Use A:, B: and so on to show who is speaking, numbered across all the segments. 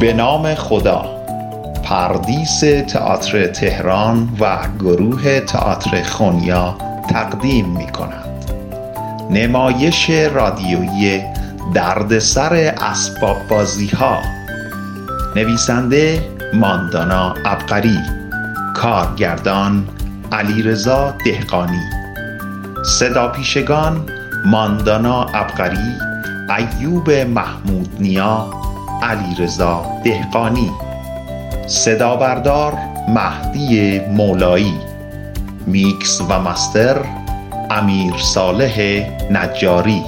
A: به نام خدا پردیس تئاتر تهران و گروه تئاتر خونیا تقدیم می کند نمایش رادیویی دردسر اسباب بازی ها نویسنده ماندانا ابقری کارگردان علیرضا دهقانی صدا پیشگان ماندانا ابقری ایوب محمود نیا علیرضا دهقانی صدا بردار مهدی مولایی میکس و مستر امیر صالح نجاری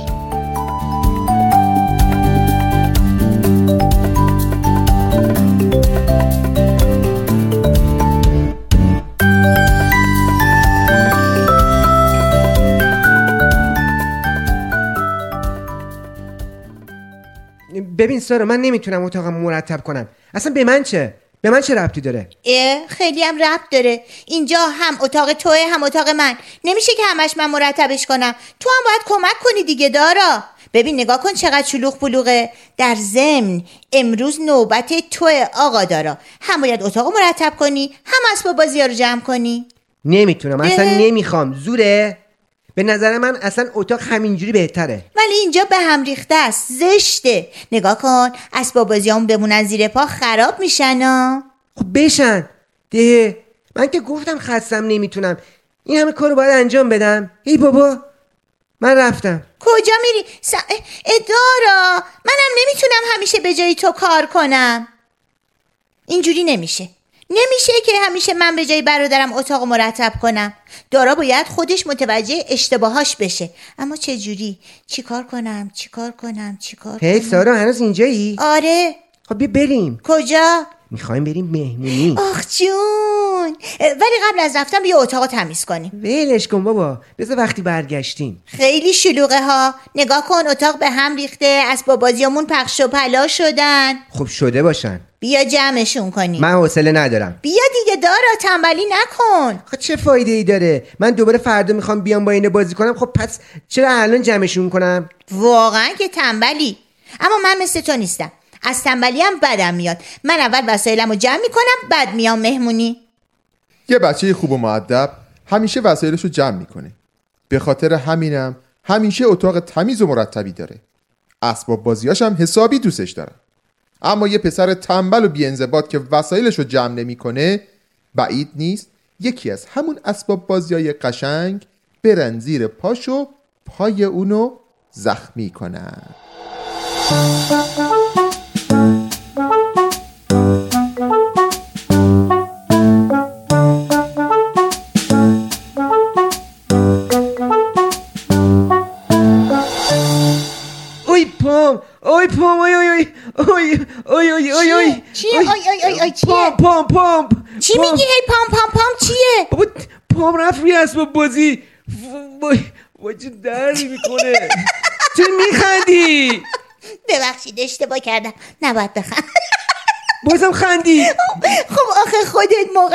B: ببین سارا من نمیتونم اتاقم مرتب کنم اصلا به من چه به من چه ربطی داره
C: اه خیلی هم ربط داره اینجا هم اتاق توه هم اتاق من نمیشه که همش من مرتبش کنم تو هم باید کمک کنی دیگه دارا ببین نگاه کن چقدر شلوغ بلوغه در ضمن امروز نوبت توه آقا دارا هم باید اتاق رو مرتب کنی هم اسباب بازی ها رو جمع کنی
B: نمیتونم اصلا
C: اه.
B: نمیخوام زوره به نظر من اصلا اتاق همینجوری بهتره
C: ولی اینجا به هم ریخته است زشته نگاه کن اسباب بازی همون بمونن زیر پا خراب میشن ها
B: خب بشن ده من که گفتم خستم نمیتونم این همه کارو باید انجام بدم ای بابا من رفتم
C: کجا میری؟ س... اه، اه، دارا منم نمیتونم همیشه به جای تو کار کنم اینجوری نمیشه نمیشه که همیشه من به جای برادرم اتاق مرتب کنم دارا باید خودش متوجه اشتباهاش بشه اما چه جوری چی کار کنم چی کار کنم چی کار
B: هی
C: کنم
B: سارا هنوز اینجایی
C: آره
B: خب بیا بریم
C: کجا
B: میخوایم بریم مهمونی
C: آخ جون اه، ولی قبل از رفتن بیا اتاق رو تمیز کنیم
B: ولش کن بابا بذار وقتی برگشتیم
C: خیلی شلوغه ها نگاه کن اتاق به هم ریخته اسباب بازیامون پخش و پلا شدن
B: خب شده باشن
C: بیا جمعشون کنیم
B: من حوصله ندارم
C: بیا دیگه دارا تنبلی نکن
B: خب چه فایده ای داره من دوباره فردا میخوام بیام با اینه بازی کنم خب پس چرا الان جمعشون کنم
C: واقعا که تنبلی اما من مثل تو نیستم از تنبلی هم بدم میاد من اول وسایلم رو جمع میکنم بعد میام مهمونی
D: یه بچه خوب و معدب همیشه وسایلش رو جمع میکنه به خاطر همینم همیشه اتاق تمیز و مرتبی داره اسباب بازیاش هم حسابی دوستش دارن اما یه پسر تنبل و بیانضباط که وسایلش رو جمع نمیکنه بعید نیست یکی از همون اسباب بازیای قشنگ برن زیر پاش و پای اونو زخمی کنن
B: اوی پام اوی پام اوی اوی اوی اوی اوی اوی اوی
C: چیه؟ آی، آی، آی، آی، چیه؟
B: پام پام پام
C: چی
B: پام.
C: میگی هی پام پام پام چیه
B: بابا پام رفت روی اسباب بازی وای وای چه دردی میکنه چه میخندی
C: ببخشید اشتباه کردم نباید بخند
B: بازم خندی
C: خب آخه خودت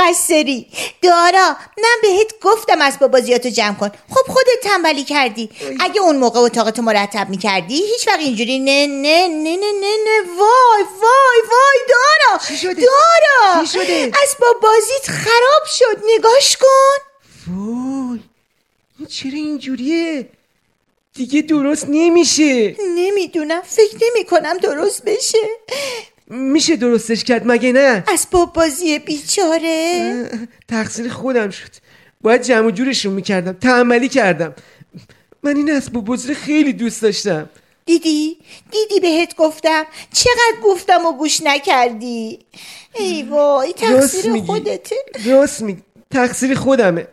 C: مقصری دارا من بهت گفتم اسباب بازیاتو جمع کن خب خودت تنبلی کردی اگه اون موقع اتاقتو مرتب میکردی هیچ وقت اینجوری نه نه نه نه نه نه وای وای وای دارا
B: چی شده؟
C: دارا
B: چی شده؟
C: اسباب بازیت خراب شد نگاش کن
B: وای این چرا اینجوریه دیگه درست نمیشه
C: نمیدونم فکر نمی کنم درست بشه
B: میشه درستش کرد مگه نه
C: اسباب بازی بیچاره
B: اه، تقصیر خودم شد باید جمع و جورشون میکردم تحملی کردم من این اسباب بزرگ خیلی دوست داشتم
C: دیدی دیدی بهت گفتم چقدر گفتم و گوش نکردی ای وای
B: راست
C: تقصیر
B: میگی.
C: خودته
B: راست میگی تقصیر خودمه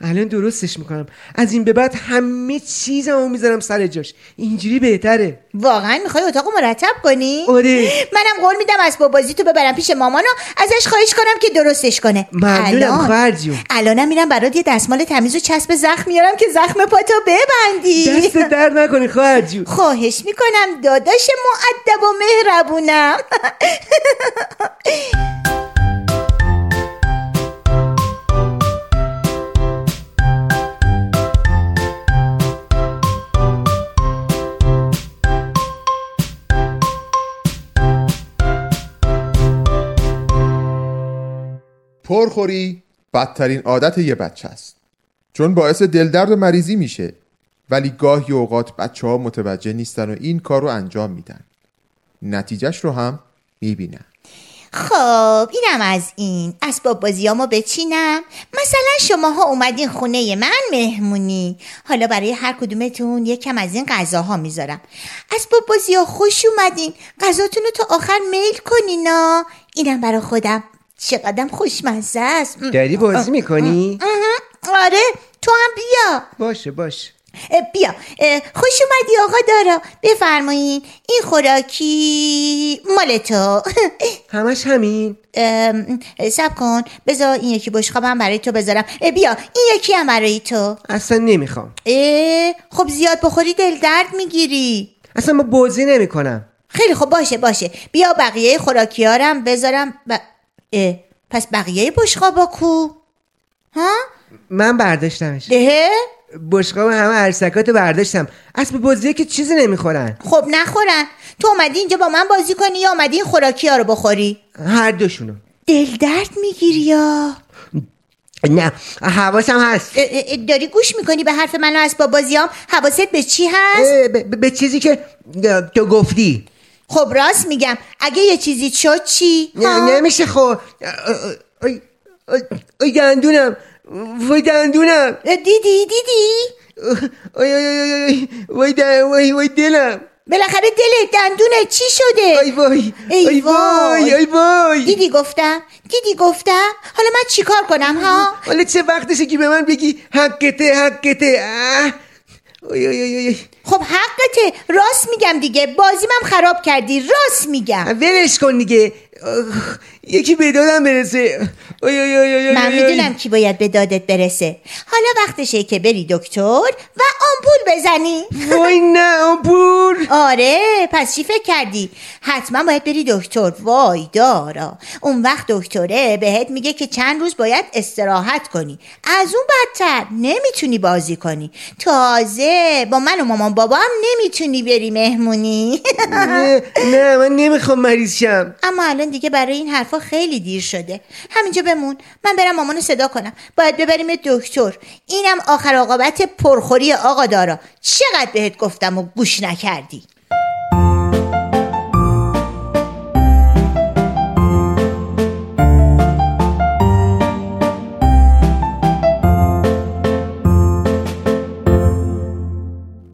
B: الان درستش میکنم از این به بعد همه چیزمو میذارم سر جاش اینجوری بهتره
C: واقعا میخوای اتاقو مرتب کنی
B: آره
C: منم قول میدم اسباب بازی تو ببرم پیش مامان و ازش خواهش کنم که درستش کنه
B: ممنونم خواهر جون
C: الانم میرم برات یه دستمال تمیز و چسب زخم میارم که زخم پاتو ببندی
B: دست در نکنی خواهر جون
C: خواهش میکنم داداش معدب و مهربونم
D: پرخوری بدترین عادت یه بچه است چون باعث دلدرد و مریضی میشه ولی گاهی اوقات بچه ها متوجه نیستن و این کار رو انجام میدن نتیجهش رو هم میبینن
C: خب اینم از این اسباب بازیامو بچینم مثلا شماها اومدین خونه من مهمونی حالا برای هر کدومتون یکم از این غذاها میذارم اسباب بازی ها خوش اومدین غذاتون رو تا آخر میل کنینا اینم برا خودم چقدرم خوشمزه است م.
B: داری بازی میکنی؟
C: مهم. آره تو هم بیا
B: باشه باشه
C: اه، بیا اه، خوش اومدی آقا دارا بفرمایین این خوراکی مال تو
B: همش همین
C: ام، سب کن بذار این یکی بشقابم برای تو بذارم اه، بیا این یکی هم برای تو
B: اصلا نمیخوام
C: اه، خب زیاد بخوری دل درد میگیری
B: اصلا ما بازی نمیکنم
C: خیلی خب باشه باشه بیا بقیه خوراکیارم بذارم ب... اه، پس بقیه بشقابا کو ها
B: من برداشتمش
C: دهه
B: بشقاب همه عرسکات رو برداشتم اسب بازیه که چیزی نمیخورن
C: خب نخورن تو اومدی اینجا با من بازی کنی یا اومدی این خوراکی ها رو بخوری
B: هر دوشونو
C: دل درد میگیری یا
B: نه حواسم هست
C: اه، اه، داری گوش میکنی به حرف من و اسباب بازیام حواست به چی هست
B: اه، به, به- به چیزی که اه، تو گفتی
C: خب راست میگم اگه یه چیزی شد چی ها؟
B: نه نمیشه خب اه، اه، آی آی- آی دندونم وای دندونم
C: اه، دیدی دیدی
B: آی آی آی آی آی وای دن- وای وای دلم
C: بالاخره دل دندونت چی شده
B: آی وای
C: ای
B: آی وای
C: وای.
B: آی وای
C: دیدی گفتم دیدی گفتم حالا من چیکار کنم ها
B: حالا چه وقتشه که به من بگی حقته حقته اه. آی آی آی آی
C: خب حقته راست میگم دیگه بازیمم خراب کردی راست میگم
B: ولش کن دیگه آخ، یکی به دادم برسه آی آی آی آی آی
C: من
B: آی آی.
C: میدونم کی باید به دادت برسه حالا وقتشه که بری دکتر و آمپول بزنی
B: وای نه آمپور
C: آره پس چی فکر کردی حتما باید بری دکتر وای دارا اون وقت دکتره بهت میگه که چند روز باید استراحت کنی از اون بدتر نمیتونی بازی کنی تازه با من و مامان بابا هم نمیتونی بری مهمونی
B: نه نه من نمیخوام مریض شم
C: اما الان دیگه برای این حرفا خیلی دیر شده همینجا بمون من برم مامانو صدا کنم باید ببریم دکتر اینم آخر عاقبت پرخوری آقا دارا چقدر بهت گفتم و گوش نکردی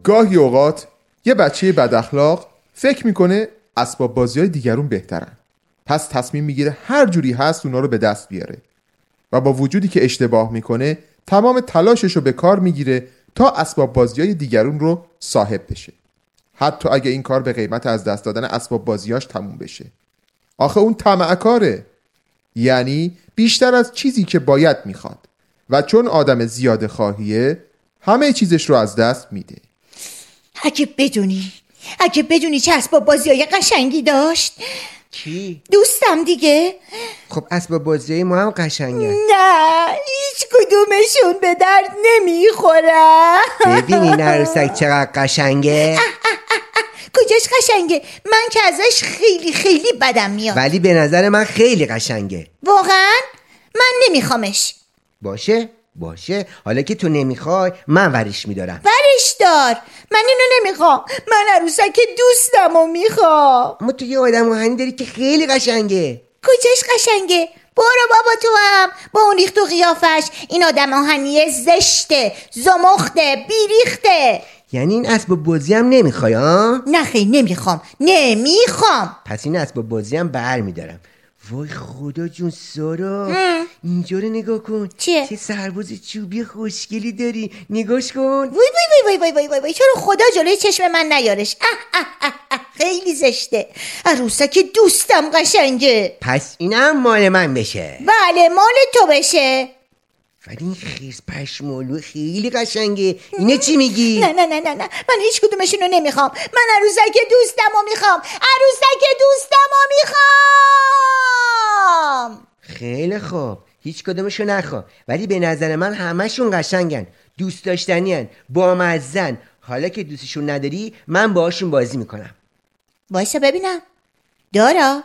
D: گاهی اوقات یه بچه بد اخلاق فکر میکنه اسباب بازی های دیگرون بهترن پس تصمیم میگیره هر جوری هست اونا رو به دست بیاره و با وجودی که اشتباه میکنه تمام تلاشش رو به کار میگیره تا اسباب بازی های دیگرون رو صاحب بشه حتی اگه این کار به قیمت از دست دادن اسباب بازیاش تموم بشه آخه اون طمعکاره یعنی بیشتر از چیزی که باید میخواد و چون آدم زیاده خواهیه همه چیزش رو از دست میده
C: اگه بدونی اگه بدونی چه اسباب بازی های قشنگی داشت
B: کی؟
C: دوستم دیگه
B: خب اسباب بازی ما هم قشنگه
C: نه هیچ کدومشون به درد نمیخورن
B: ببین این عروسک چقدر قشنگه
C: کجاش قشنگه من که ازش خیلی خیلی بدم میاد
B: ولی به نظر من خیلی قشنگه
C: واقعا من نمیخوامش
B: باشه باشه حالا که تو نمیخوای من ورش میدارم
C: برش دار من اینو نمیخوام من عروسک دوستم و میخوام
B: اما تو یه آدم آهنی داری که خیلی قشنگه
C: کجاش قشنگه برو بابا تو هم با اون ریخت و قیافش این آدم آهنیه زشته زمخته بیریخته
B: یعنی این اسباب بازی هم نمیخوای ها
C: نه خیلی نمیخوام نمیخوام
B: پس این اسباب بازی هم بر میدارم وای خدا جون سارا
C: هم.
B: اینجا رو نگاه کن
C: چیه؟
B: چه سرباز چوبی خوشگلی داری نگاش کن
C: وای وای وای وای وای وای وای چرا خدا جلوی چشم من نیارش اه اه اه اه خیلی زشته عروسک دوستم قشنگه
B: پس اینم مال من بشه
C: بله مال تو بشه
B: ولی این خیز پشمالو خیلی قشنگه اینه چی میگی؟
C: نه نه نه نه نه من هیچ کدومشون رو نمیخوام من عروسک دوستم رو میخوام عروسک دوستم رو میخوام
B: خیلی خوب هیچ کدومشو نخوا ولی به نظر من همشون قشنگن دوست داشتنین بامزن حالا که دوستشون نداری من باهاشون بازی میکنم
C: وایسا ببینم دارا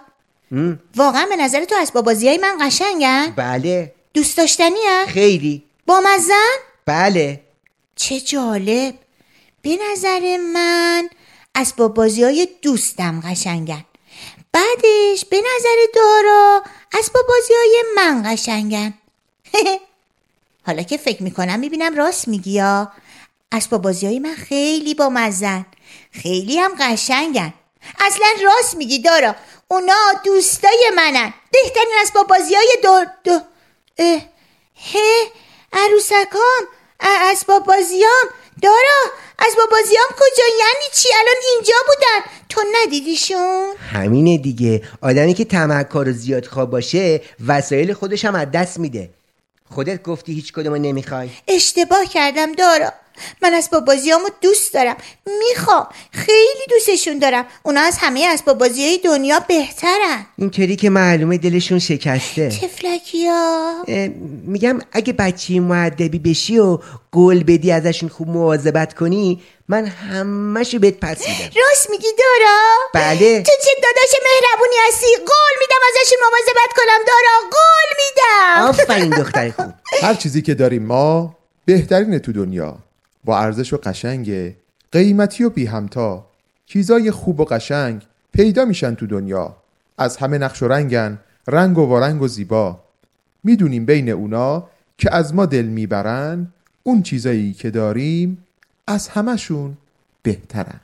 C: واقعا به نظر تو اسباب بازیای من قشنگن
B: بله
C: دوست داشتنی
B: خیلی
C: با مزن
B: بله
C: چه جالب به نظر من اسباب بازی های دوستم قشنگن بعدش به نظر دارا اسباب بازی های من قشنگن حالا که فکر میکنم میبینم راست میگی یا اسباب بازی های من خیلی با مزن خیلی هم قشنگن اصلا راست میگی دارا اونا دوستای منن بهترین اسباب بازی های دو, دو... اه، هه عروسکام ا- اسباب بازیام دارا اسباب بازیام کجا یعنی چی الان اینجا بودن تو ندیدیشون
B: همینه دیگه آدمی که تمکار و زیاد خواب باشه وسایل خودش هم از دست میده خودت گفتی هیچ کدومو نمیخوای
C: اشتباه کردم دارا من اسباب بازیامو دوست دارم میخوام خیلی دوستشون دارم اونا از همه اسباب بازی های دنیا بهترن
B: اینطوری که معلومه دلشون شکسته
C: تفلکیا
B: اه، میگم اگه بچه معدبی بشی و گل بدی ازشون خوب مواظبت کنی من همهشو بهت پس میدم
C: راست میگی دارا
B: بله.
C: تو چه داداش مهربونی هستی قول میدم ازشون مواظبت کنم دارا قول میدم
B: آفرین دختر خوب
D: هر چیزی که داریم ما بهترین تو دنیا با ارزش و قشنگ قیمتی و بی همتا چیزای خوب و قشنگ پیدا میشن تو دنیا از همه نقش و رنگن رنگ و وارنگ و زیبا میدونیم بین اونا که از ما دل میبرن اون چیزایی که داریم از همشون بهترن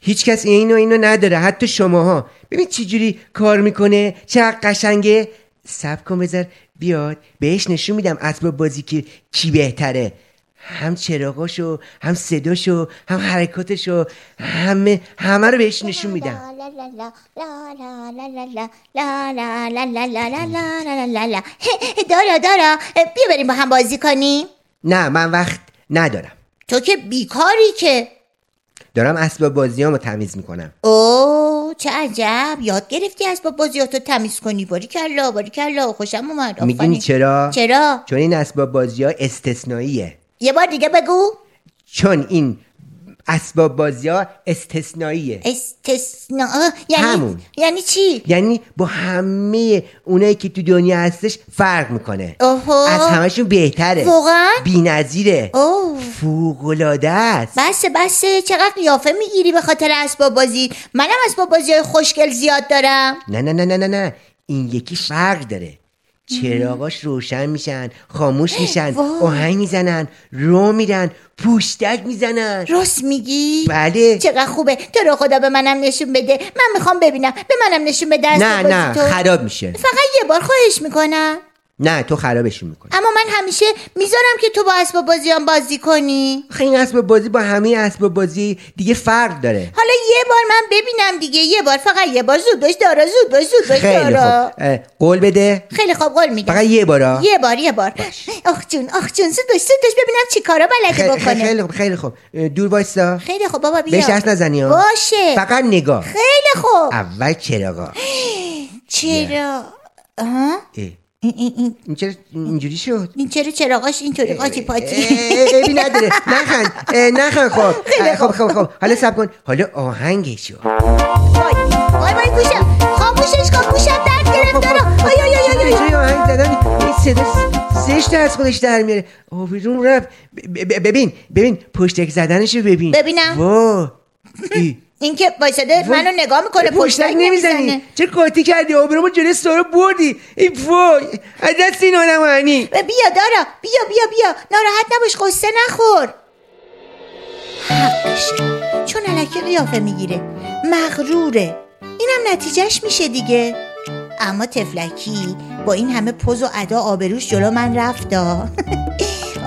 B: هیچکس اینو اینو نداره حتی شماها ببین چجوری کار میکنه چه قشنگه سب کن بذار بیاد بهش نشون میدم اسباب بازی که کی بهتره هم چراغاشو هم صداشو هم حرکاتشو همه همه رو بهش نشون میدم
C: لا لا لا لا لا لا لا لا لا لا لا لا لا لا لا لا لا لا لا. هه، دارا دارا بیا بریم با هم بازی کنیم
B: نه من وقت ندارم
C: تو که بیکاری که
B: دارم اسباب بازیامو تمیز میکنم
C: او چه عجب یاد گرفتی از با بازیاتو تمیز کنی باری کلا باری کلا خوشم اومد
B: میدونی
C: آفرین.
B: چرا
C: چرا
B: چون این اسباب بازی ها استثنائیه
C: یه بار دیگه بگو
B: چون این اسباب بازی ها استثنائیه
C: استثناء یعنی
B: همون.
C: یعنی چی
B: یعنی با همه اونایی که تو دنیا هستش فرق میکنه
C: اوهو.
B: از همشون بهتره
C: واقعاً؟
B: بی نظیره
C: اوه
B: فوقلاده است
C: بسه بسه چقدر قیافه میگیری به خاطر اسباب بازی منم اسباب بازی های خوشگل زیاد دارم
B: نه نه نه نه نه نه این یکیش فرق داره چراغاش روشن میشن خاموش میشن
C: وای.
B: آهنگ میزنن رو میرن پوشتک میزنن
C: راست میگی
B: بله
C: چقدر خوبه تو رو خدا به منم نشون بده من میخوام ببینم به منم نشون بده
B: نه
C: اسباب بازی
B: نه
C: تو.
B: خراب میشه
C: فقط یه بار خواهش میکنم
B: نه تو خرابشون میکنی
C: اما من همیشه میذارم که تو با اسباب بازیام بازی کنی
B: آخه این اسباب بازی با همه اسباب بازی دیگه فرق داره
C: حالا یه بار من ببینم دیگه یه بار فقط یه بار زود باش دارا زود باش زود باش
B: خیلی
C: دارا
B: خوب اه، قول بده
C: خیلی خوب قول میدم
B: فقط یه بارا
C: یه بار یه بار آخ جون آخ جون زود باش زود باش ببینم چی کارا بلده
B: خ- خ-
C: بکنه
B: خیلی خوب خیلی خوب اه، دور وایسا
C: خیلی خوب بابا بیا
B: بهش دست نزنی ها
C: باشه خب.
B: فقط نگاه
C: خیلی خوب
B: اول چراغا
C: چرا آه؟
B: اه،
C: این- این- این-
B: این چرا اینجوری شد
C: این چرا چراغاش اینطوری قاطی پاتی
B: اه، عیبی نداره نخند اه، نخند خب
C: خیلی خب،
B: اه، خب خب خب حالا سب کن حالا آهنگشو
C: وای وای وای گوشم خاموشش کن گوشم درد گرفت دارا آی آی آی خب. آی
B: چرا
C: آی.
B: اینجوری آهنگ زدن این صدا زشت از خودش در میاره آبروم رفت ب- ب- ببین ببین پشتک زدنشو ببین
C: ببینم.
B: وا ای.
C: این که وایساده منو نگاه میکنه
B: پشتک نمیزنی چرا قاطی کردی آبرومو جلوی سارا بردی ای وای از دست این آدم هنی
C: بیا دارا بیا بیا بیا ناراحت نباش قصه نخور حقش چون علکی قیافه میگیره مغروره اینم نتیجهش میشه دیگه اما تفلکی با این همه پوز و ادا آبروش جلو من رفتا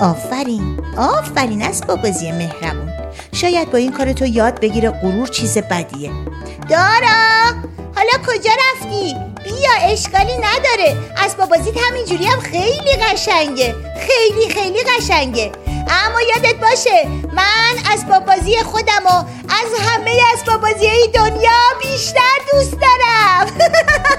C: آفرین آفرین است با بازی مهربون شاید با این کار تو یاد بگیره غرور چیز بدیه دارا حالا کجا رفتی بیا اشکالی نداره اسباب بازیت همینجوری هم خیلی قشنگه خیلی خیلی قشنگه اما یادت باشه من اسباب بازی خودم و از همه اسباب بازی دنیا بیشتر دوست دارم